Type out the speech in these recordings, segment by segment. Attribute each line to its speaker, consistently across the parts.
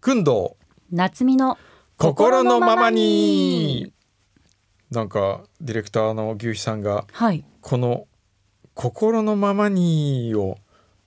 Speaker 1: くんどう
Speaker 2: 夏美の
Speaker 1: 心のままになんかディレクターの牛肥さんが
Speaker 2: はい
Speaker 1: この「心のままに」を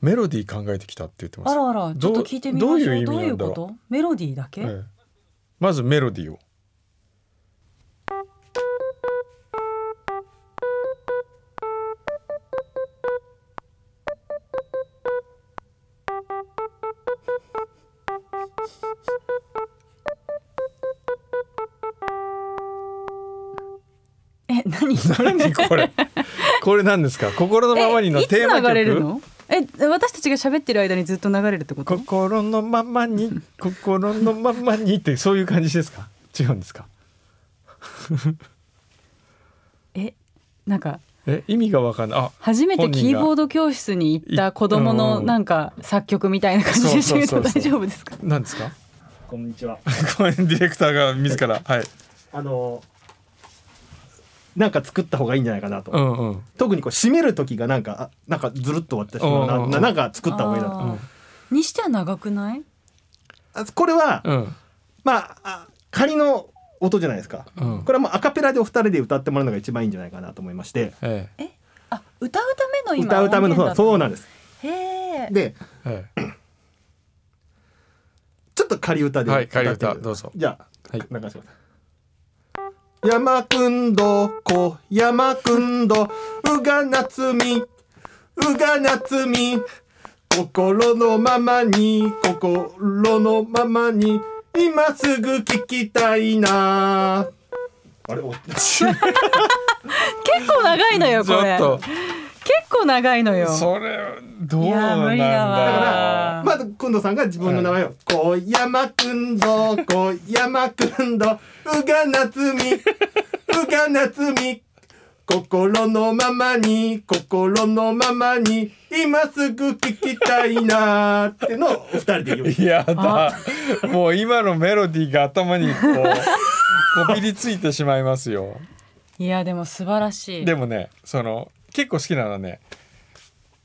Speaker 1: メロディー考えてきたって言ってます
Speaker 2: あらあらちょ
Speaker 1: ど
Speaker 2: っ
Speaker 1: う
Speaker 2: と聞いてみましょう
Speaker 1: ど
Speaker 2: ど
Speaker 1: う
Speaker 2: う
Speaker 1: い意
Speaker 2: いうう
Speaker 1: 味なんだろう
Speaker 2: ことメロディーだけ、
Speaker 1: ええまずメロディーを
Speaker 2: え何そ れ
Speaker 1: 何これこれ何ですか心のままにの
Speaker 2: えいつ
Speaker 1: テーマ曲
Speaker 2: 流れるのえ私たちが喋ってる間にずっと流れるってこと
Speaker 1: 心のままに心のままにってそういう感じですか違うんですか
Speaker 2: えなんか
Speaker 1: え意味がわかんないあ
Speaker 2: 初めて
Speaker 1: 本人が
Speaker 2: キーボード教室に行った子供の
Speaker 1: うん
Speaker 2: なんか作曲みたいな感じでしたけ
Speaker 1: そ
Speaker 2: ど
Speaker 1: うそうそ
Speaker 2: 大
Speaker 1: うそう
Speaker 2: 丈夫ですか
Speaker 1: 何ですか
Speaker 3: こんにちは。
Speaker 1: ごめんディレクターが自らはい
Speaker 3: あのなんか作った方がいいんじゃないかなと。
Speaker 1: うんうん
Speaker 3: 特にこう締める時がなんかあなんかずるっと終わってしまうな,、
Speaker 1: うんうんうん
Speaker 3: ななんか作った方がいいなと
Speaker 2: あーにしては長くない
Speaker 3: あこれは、
Speaker 1: うん
Speaker 3: まああ仮の音じゃないですか、
Speaker 1: うん
Speaker 3: これはもうアカペラでお二人で歌ってもらうのが一番いいんじゃないかなと思いまして
Speaker 1: ええ
Speaker 2: えあ歌うための今
Speaker 3: 歌うためのそうそうなんです
Speaker 2: うへえ
Speaker 3: で
Speaker 1: え
Speaker 3: ちょっと仮歌
Speaker 1: え
Speaker 3: で
Speaker 1: はい
Speaker 3: 歌っ
Speaker 1: 仮
Speaker 3: てみ
Speaker 1: 歌
Speaker 3: て
Speaker 1: どうぞ
Speaker 3: じゃあ、
Speaker 1: はい
Speaker 3: 流してください。山くんどこ、山くんど、うがなつみ、うがなつみ、心のままに、心のままに、今すぐ聞きたいな。あれ、お
Speaker 2: 結構長いのよ
Speaker 1: ち
Speaker 2: こ
Speaker 1: ょ
Speaker 2: れ
Speaker 1: っと
Speaker 2: 結構長いのよ
Speaker 1: それどう
Speaker 2: いや
Speaker 1: なん
Speaker 2: 無理だ
Speaker 1: だ
Speaker 2: わ
Speaker 1: ろう
Speaker 3: まず、くんどさんが自分の名前を、こ山くんど、こ山くんど、うがなつ み、うがなつみ、心のままに、心のままに、今すぐ聞きたいなーってのをお二人で言う。
Speaker 1: いやだもう今のメロディーが頭にこ うこびりついてしまいますよ
Speaker 2: いやでも素晴らしい
Speaker 1: でもねその結構好きなのはね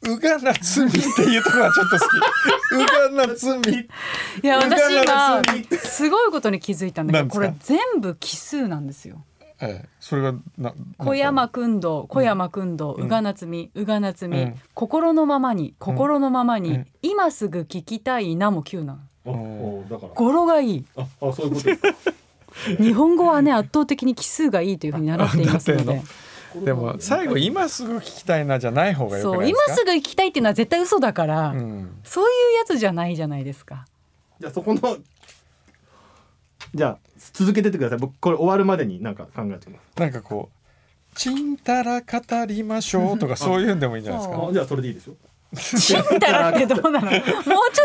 Speaker 1: うがなつみっていうところはちょっと好 きうがなつみ
Speaker 2: いや
Speaker 3: うが
Speaker 2: 私今
Speaker 3: なつみ
Speaker 2: すごいことに気づいたんだけ
Speaker 1: なん
Speaker 2: ど
Speaker 1: ですか
Speaker 2: これ全部奇数なんですよ
Speaker 1: ええ、それがな
Speaker 2: 小山くんどう小山くんどう宇賀夏美宇賀夏
Speaker 1: う
Speaker 2: 美
Speaker 1: ん
Speaker 2: 心のままに心のままに、
Speaker 1: うん
Speaker 2: 今すぐ聞きたいなも9なの
Speaker 3: おだか
Speaker 2: 語呂がいい
Speaker 3: ら、あ、あそういうことですか。
Speaker 2: 日本語はね圧倒的に奇数がいいというふうに習っています の
Speaker 1: あ習
Speaker 2: で
Speaker 1: っでも最後今すぐ聞きたいなじゃない方がよく
Speaker 2: そ
Speaker 1: な
Speaker 2: う
Speaker 1: いで
Speaker 2: 今
Speaker 1: すか
Speaker 2: すぐ聞きたいっていうのは絶対嘘だから、
Speaker 1: うん、
Speaker 2: そういうやつじゃないじゃないで すか
Speaker 3: じゃあそこの、じゃあ続けてってください。僕これ終わるまでになんか考えてみます。
Speaker 1: なんかこう「ちんたら語りましょう」とかそういうんでもいいんじゃないですか
Speaker 2: そ
Speaker 3: あじゃあそれでいいですよ。
Speaker 2: チンタラってどうなのもうちょっ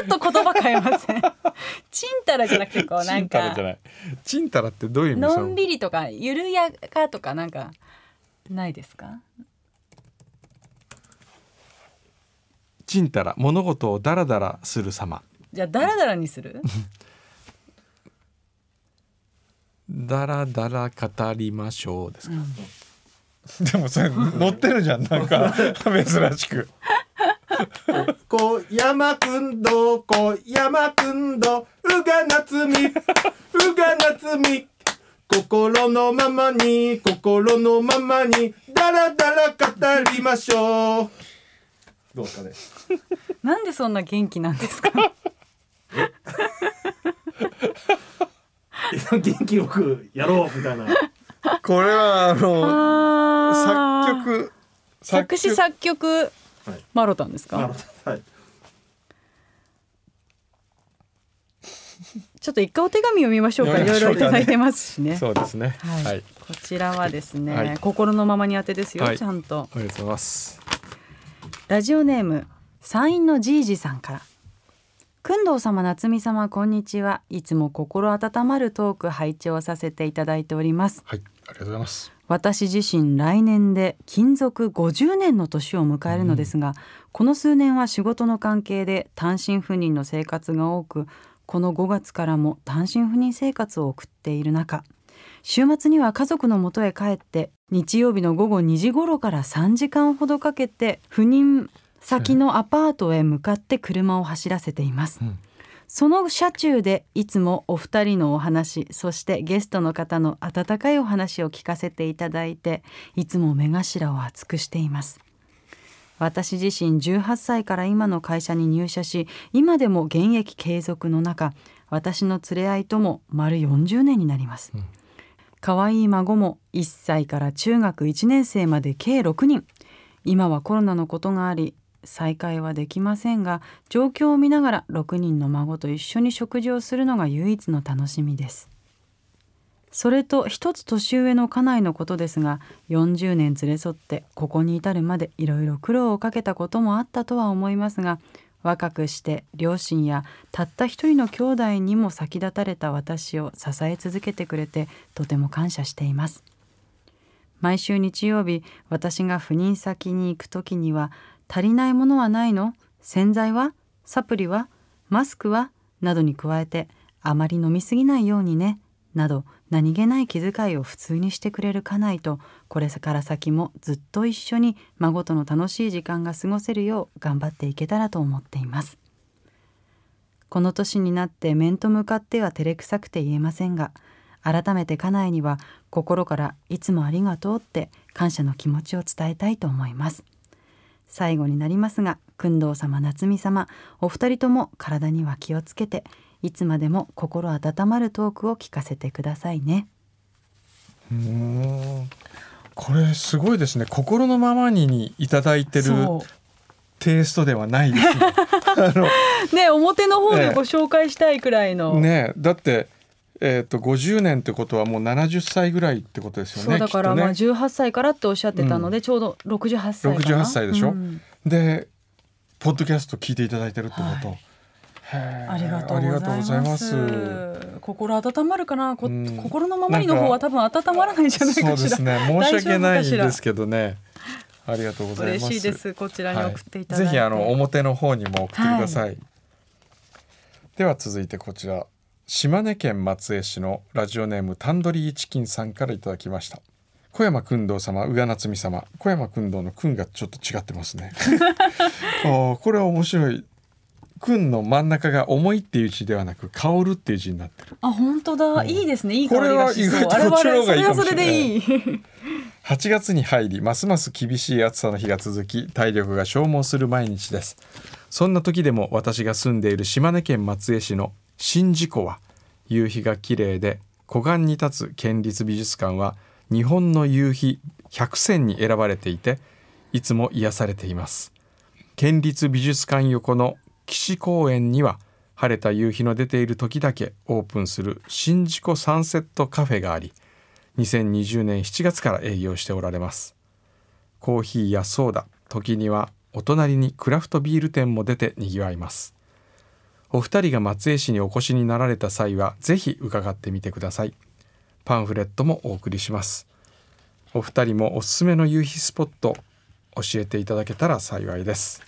Speaker 2: と言葉変えませんチンタラじゃなくてこうな
Speaker 1: ち
Speaker 2: ん
Speaker 1: んたらじゃ
Speaker 2: か
Speaker 1: ないちんたらってどういう意味
Speaker 2: のんびりとか緩やかとかなんかないですか
Speaker 1: ちんたら物事をダラダラする様
Speaker 2: じゃあダラダラにする
Speaker 1: ダラダラ語りましょうですか、でもそれ乗ってるじゃんなんか 珍しく
Speaker 3: こ山くんど、こ山くんど、うがなつみ、うがなつみ。心のままに、心のままに、だらだら語りましょう。どうですかね。
Speaker 2: なんでそんな元気なんですか
Speaker 3: 元気よくやろうみたいな。
Speaker 1: これはあの
Speaker 2: あ ー
Speaker 1: 作曲
Speaker 2: 作詞作曲
Speaker 3: はい
Speaker 2: マロタンです
Speaker 3: な
Speaker 2: か
Speaker 3: るほど はい。
Speaker 2: ちょっと一回お手紙読みましょうかい
Speaker 1: 読みま
Speaker 2: ろい
Speaker 1: しょうか
Speaker 2: ろい
Speaker 1: ね
Speaker 2: ただいてますしね
Speaker 1: そうですね
Speaker 2: はい、
Speaker 1: はい
Speaker 2: こちらはですね、
Speaker 1: はい
Speaker 2: 心のままに当てですよ、
Speaker 1: はい
Speaker 2: ちゃんと
Speaker 1: ありがとうございます。
Speaker 2: ラジオネーム山陰のじいじさんからくんどう様夏美様こんにちはいつも心温まるトーク拝聴させていただいております
Speaker 1: はい、ありがとうございます。
Speaker 2: 私自身来年で勤続50年の年を迎えるのですが、この数年は仕事の関係で単身赴任の生活が多くこの5月からも単身赴任生活を送っている中週末には家族のもとへ帰って日曜日の午後2時頃から3時間ほどかけて赴任先のアパートへ向かって車を走らせています。
Speaker 1: うん
Speaker 2: その車中でいつもお二人のお話そしてゲストの方の温かいお話を聞かせていただいていつも目頭を熱くしています私自身18歳から今の会社に入社し今でも現役継続の中私の連れ合いとも丸40年になります、
Speaker 1: うん
Speaker 2: 可愛い孫も1歳から中学1年生まで計6人今はコロナのことがあり再会はできませんが状況を見ながら6人の孫と一緒に食事をするのが唯一の楽しみですそれと一つ年上の家内のことですが40年連れ添ってここに至るまでいろいろ苦労をかけたこともあったとは思いますが若くして両親やたった一人の兄弟にも先立たれた私を支え続けてくれてとても感謝しています毎週日曜日私が赴任先に行く時には「足りないものはないの洗剤はサプリはマスクは?」などに加えて「あまり飲みすぎないようにね」など何気ない気遣いを普通にしてくれる家内とこれから先もずっと一緒に孫との楽しい時間が過ごせるよう頑張っていけたらと思っています。この年になって面と向かっては照れくさくて言えませんが改めて家内には心からいつもありがとうって感謝の気持ちを伝えたいと思います最後になりますが薫堂様夏美様お二人とも体には気をつけていつまでも心温まるトークを聞かせてくださいね
Speaker 1: うんこれすごいですね心のままににいただいてるテイストではないですねあの
Speaker 2: う ね表の方
Speaker 1: ええ
Speaker 2: でご紹介したいくらい の、
Speaker 1: ねえだって、えー、と50年ってことはもう70歳ぐらいってことですよ
Speaker 2: そ
Speaker 1: ね
Speaker 2: うだから、
Speaker 1: きっ
Speaker 2: ま
Speaker 1: と
Speaker 2: あ
Speaker 1: ね
Speaker 2: 18歳からっておっしゃってたので、ちょうど68歳かな
Speaker 1: 68歳でしょ
Speaker 2: うん
Speaker 1: でポッドキャスト聞いていただいてるってこと、
Speaker 2: は
Speaker 1: へえ
Speaker 2: ありがとうござい ます。
Speaker 1: ありがとうございま
Speaker 2: 心温まるかな、こ
Speaker 1: うん
Speaker 2: 心のままにの方は多分温まらないんじゃない
Speaker 1: そう
Speaker 2: か
Speaker 1: で
Speaker 2: しら。
Speaker 1: すね申し訳ない
Speaker 2: 大丈夫
Speaker 1: で
Speaker 2: か
Speaker 1: す
Speaker 2: し
Speaker 1: けどねありがとうござ
Speaker 2: ら。
Speaker 1: います
Speaker 2: 嬉しいです。こちらに送っていただ
Speaker 1: はいい、ぜひ
Speaker 2: て。
Speaker 1: あの表の方にも送ってください、では続いてこちら島根県松江市のラジオネームタンドリーチキンさんからいただきました小山君堂様宇賀夏美様小山君堂の君がちょっと違ってます ねおーこれは面白い君の真ん中が重いっていう字ではなく香るっていう字になってる
Speaker 2: あ、本当だ。
Speaker 1: ん
Speaker 2: いいですね。いい香りがしそう。
Speaker 1: これは意外とこっちの方がいいかもしれない
Speaker 2: あれはあれそれはそれでいい。
Speaker 1: 8月に入りますます厳しい暑さの日が続き体力が消耗する毎日ですそんな時でも私が住んでいる島根県松江市の宍道湖は夕日が綺麗で湖岸に立つ県立美術館は日本の夕日100選に選ばれていていつも癒されています県立美術館横の岸公園には晴れた夕日の出ている時だけオープンする宍道湖サンセットカフェがあり2020年7月から営業しておられますコーヒーやソーダ時にはお隣にクラフトビール店も出てにぎわいますお二人が松江市にお越しになられた際はぜひ伺ってみてくださいパンフレットもお送りしますお二人もおすすめの夕日スポット教えていただけたら幸いです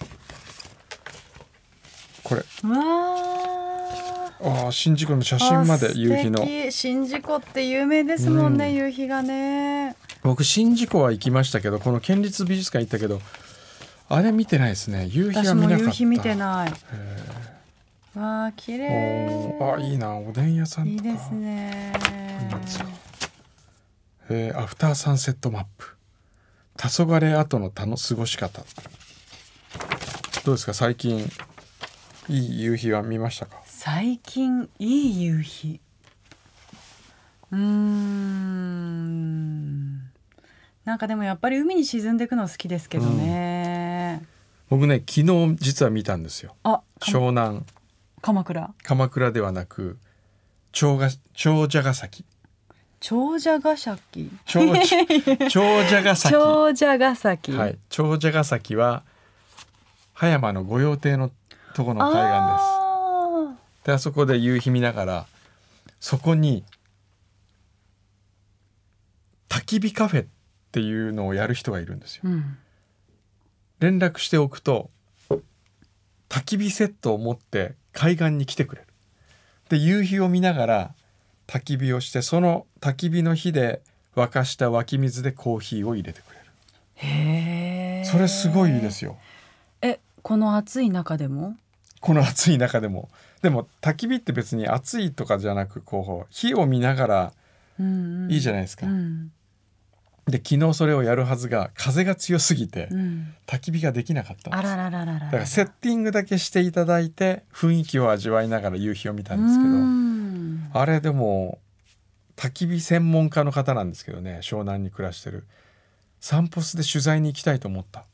Speaker 1: これ
Speaker 2: わあ。
Speaker 1: ああ宍道湖の写真まで夕日の
Speaker 2: あ素敵宍道湖って有名ですもんね、
Speaker 1: うん
Speaker 2: 夕日がね。
Speaker 1: 僕宍道湖は行きましたけどこの県立美術館行ったけどあれ見てないですね夕日
Speaker 2: 私
Speaker 1: は見な
Speaker 2: も
Speaker 1: かった
Speaker 2: 夕日見てない。わあ、綺麗。
Speaker 1: おーあいいなおでん屋さん
Speaker 2: いい
Speaker 1: とか
Speaker 2: ですね。
Speaker 1: えーアフターサンセットマップ黄昏後のたの過ごし方どうですか最近いい夕日は見ましたか
Speaker 2: 最近いい夕日うーんなんかでもやっぱり海に沈んでいくの好きですけどね、
Speaker 1: 僕ね昨日実は見たんですよ
Speaker 2: あか
Speaker 1: 湘南
Speaker 2: 鎌倉
Speaker 1: 鎌倉ではなく長が長者ヶ崎
Speaker 2: 長者ヶ崎
Speaker 1: 長長 者ヶ崎
Speaker 2: 長者ヶ崎、
Speaker 1: はい、長者ヶ崎は葉山の御用邸のとこの海岸です。
Speaker 2: あ
Speaker 1: であそこで夕日見ながらそこに焚き火カフェっていうのをやる人がいるんですよ
Speaker 2: ー。うん
Speaker 1: 連絡しておくと焚き火セットを持って海岸に来てくれる。で夕日を見ながら焚き火をしてその焚き火の火で沸かした湧き水でコーヒーを入れてくれる。
Speaker 2: へえ
Speaker 1: それすごいですよ。
Speaker 2: えこの暑い中でも
Speaker 1: この暑い中でもでも焚き火って別に暑いとかじゃなくこう火を見ながら
Speaker 2: うんうん、
Speaker 1: いいじゃな
Speaker 2: ないで
Speaker 1: いですか、
Speaker 2: うん
Speaker 1: で昨日それをやるはずが風が強すぎて
Speaker 2: うん、
Speaker 1: 焚き火ができなかったん
Speaker 2: あ
Speaker 1: です
Speaker 2: ららららら
Speaker 1: だからセッティングだけしていただいて雰囲気を味わいながら夕日を見たんですけど、
Speaker 2: け
Speaker 1: あれでも焚き火専門家の方なんですけどね湘南に暮らしてる散歩スで取材に行きたいと思った
Speaker 2: ど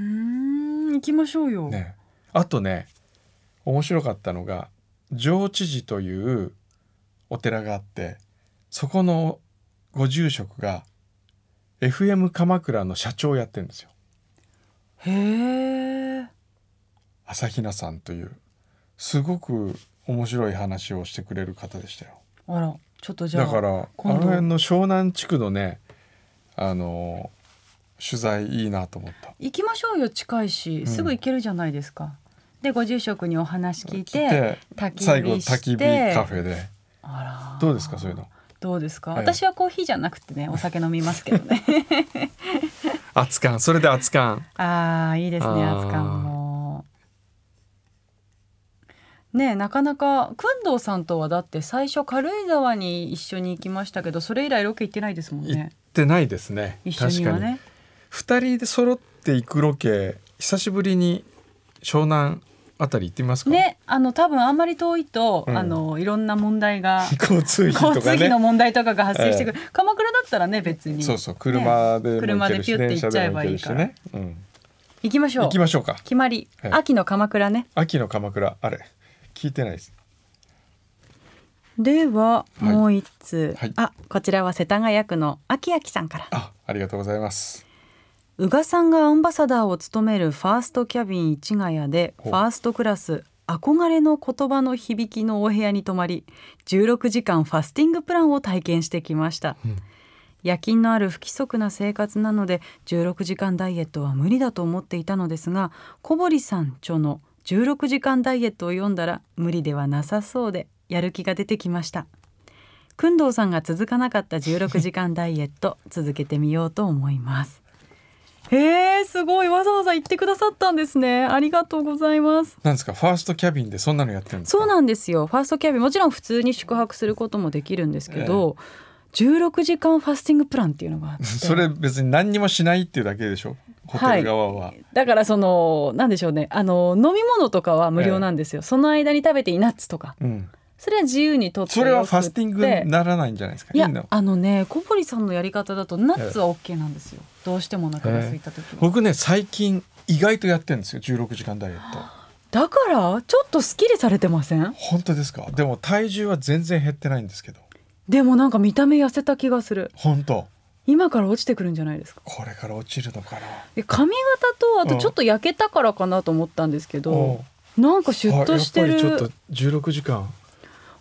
Speaker 2: うん行きましょうよ、
Speaker 1: ねあとね面白かったのが上智寺というお寺があってそこのご住職が FM 鎌倉の社長をやってるんですよ
Speaker 2: へえ
Speaker 1: 朝比奈さんというすごく面白い話をしてくれる方でしたよ
Speaker 2: あらちょっとじゃあ
Speaker 1: だからあ
Speaker 2: 今
Speaker 1: の
Speaker 2: 度
Speaker 1: 辺の湘南地区のねあの取材いいなと思った
Speaker 2: 行きましょうよ近いし
Speaker 1: ん
Speaker 2: すぐ行けるじゃないですか、でご住職にお話聞い
Speaker 1: 来
Speaker 2: て焚き火して
Speaker 1: 最後焚き火カフェで
Speaker 2: あら
Speaker 1: どうですかそういうの
Speaker 2: どうですか、
Speaker 1: ええ
Speaker 2: 私はコーヒーじゃなくてねお酒飲みますけど ね
Speaker 1: 熱感それで熱感
Speaker 2: ああいいですね
Speaker 1: あー
Speaker 2: 熱感もねえなかなかくんどうさんとはだって最初軽井沢に一緒に行きましたけどそれ以来ロケ行ってないですもん
Speaker 1: 行っ
Speaker 2: ね
Speaker 1: てないですね
Speaker 2: 一緒
Speaker 1: 確
Speaker 2: に
Speaker 1: か
Speaker 2: は
Speaker 1: に
Speaker 2: ね
Speaker 1: 2人で揃って行くロケ久しぶりに湘南あたり行ってみますか、
Speaker 2: ねあの多分あんまり遠いと、
Speaker 1: うん
Speaker 2: あのいろんな問題が
Speaker 1: 交通費
Speaker 2: 交
Speaker 1: と
Speaker 2: 通
Speaker 1: か
Speaker 2: 費
Speaker 1: ね
Speaker 2: の問題とかが発生してくる、鎌倉だったらね別に
Speaker 1: そうそう車でも行けるし、
Speaker 2: ね車でピュッて
Speaker 1: 電
Speaker 2: 行
Speaker 1: 車
Speaker 2: っちゃ
Speaker 1: で
Speaker 2: え
Speaker 1: も
Speaker 2: ば
Speaker 1: 行け
Speaker 2: い
Speaker 1: る
Speaker 2: い
Speaker 1: し
Speaker 2: から
Speaker 1: ね、うん、
Speaker 2: 行きましょう
Speaker 1: 行きましょうか
Speaker 2: 決まり、
Speaker 1: はい
Speaker 2: 秋の鎌倉ね
Speaker 1: 秋の鎌倉あれ聞いてないです
Speaker 2: で
Speaker 1: は
Speaker 2: は
Speaker 1: い
Speaker 2: もう一つ、
Speaker 1: はい
Speaker 2: あこちらは世田谷区の秋秋さんから
Speaker 1: あありがとうございます
Speaker 2: 宇賀さんがアンバサダーを務めるファーストキャビン市ヶ谷でフ
Speaker 1: ほう
Speaker 2: ァーストクラス憧れの言葉の響きのお部屋に泊まり16時間ファスティングプランを体験してきました、
Speaker 1: うん
Speaker 2: 夜勤のある不規則な生活なので16時間ダイエットは無理だと思っていたのですが小堀さん著の16時間ダイエットを読んだら無理ではなさそうでやる気が出てきました工藤さんが続かなかった16時間ダイエット続けてみようと思いますへえすごいわざわざ言ってくださったんですねありがとうございます
Speaker 1: なんですかファーストキャビンでそんなのやってるんですか
Speaker 2: そうなんですよファーストキャビンもちろん普通に宿泊することもできるんですけど、16時間ファスティングプランっていうのがあっ て
Speaker 1: それ別に何にもしないっていうだけでしょホテル側は、
Speaker 2: だからそのなんでしょうねあの飲み物とかは無料なんですよ、その間に食べていいナッツとか
Speaker 1: うん、
Speaker 2: それは自由にとって
Speaker 1: それはファスティング
Speaker 2: よ
Speaker 1: に
Speaker 2: くって
Speaker 1: ならないんじゃないですか
Speaker 2: い
Speaker 1: いい
Speaker 2: や
Speaker 1: の
Speaker 2: あのね小堀さんのやり方だとナッツは OK なんですよどうしてもお腹が空いた時は、
Speaker 1: 僕ね最近意外とやってるんですよ16時間ダイエット
Speaker 2: だからちょっとスッキリされてません
Speaker 1: 本当ですかでも体重は全然減ってないんですけど
Speaker 2: でもなんか見た目痩せた気がする
Speaker 1: 本当
Speaker 2: 今から落ちてくるんじゃないですか
Speaker 1: これから落ちるのかな
Speaker 2: で髪型とあ
Speaker 1: う
Speaker 2: と
Speaker 1: ん
Speaker 2: ちょっと焼けたからかなと思ったんですけ
Speaker 1: お
Speaker 2: ど、なんかシュッとして
Speaker 1: あやっぱり
Speaker 2: る
Speaker 1: ちょっと16時間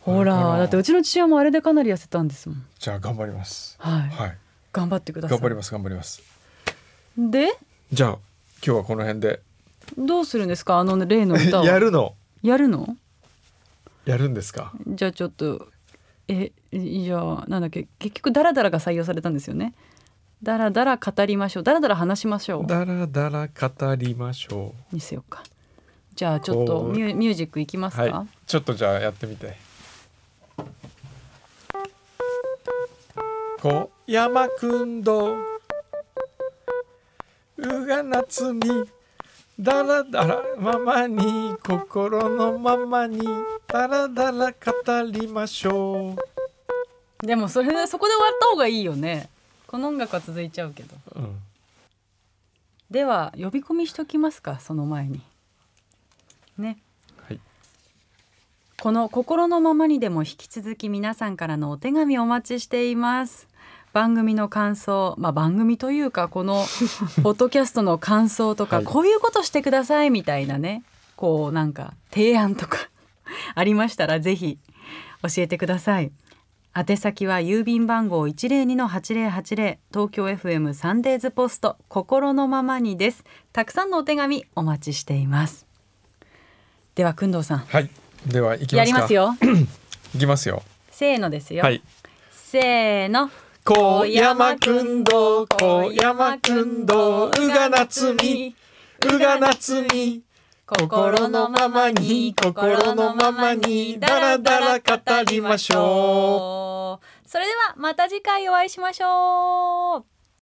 Speaker 2: ほ
Speaker 1: あれからな
Speaker 2: だってうちの父親もあれでかなり痩せたんですもん
Speaker 1: じゃあ頑張ります
Speaker 2: はい、
Speaker 1: はい
Speaker 2: 頑張ってください
Speaker 1: 頑張ります頑張ります
Speaker 2: で
Speaker 1: じゃあ今日はこの辺で
Speaker 2: どうするんですか あの例の歌を
Speaker 1: やるの
Speaker 2: やるの
Speaker 1: やるんですか
Speaker 2: じゃあちょっとえじゃあなんだっけ結局ダラダラが採用されたんですよねダラダラ語りましょうダラダラ話しましょう
Speaker 1: だらだら語りましょう
Speaker 2: にせようかじゃあちょっと
Speaker 1: こう
Speaker 2: ミュミュージックいきますか、
Speaker 1: はいちょっとじゃあやってみて小山くんどうが夏にだらだらままに心のままにだらだら語りましょ
Speaker 2: でもそれでそこで終わった方がいいよねこの音楽は続いちゃうけど
Speaker 1: う、うん、
Speaker 2: では呼び込みしときますかその前にね
Speaker 1: はい
Speaker 2: この心のままにでも引き続き皆さんからのお手紙お待ちしています番組の感想まあ番組というかこ のポッドキャストの感想とか、
Speaker 1: はい
Speaker 2: こういうことしてくださいみたいなねこうなんか提案とか ありましたらぜひ教えてください宛先は郵便番号102-8080東京 FM サンデーズポスト心のままにですたくさんのお手紙お待ちしていますではくんどうさん
Speaker 1: はいでは行きますか
Speaker 2: やりますよ
Speaker 1: 行きますよ
Speaker 2: せーのですよ、
Speaker 1: はい
Speaker 2: せーの
Speaker 1: 小山くんど小山くんどうが夏にうが夏に
Speaker 2: 心のままに心のままにダラダラ語りましょうそれではまた次回お会いしましょう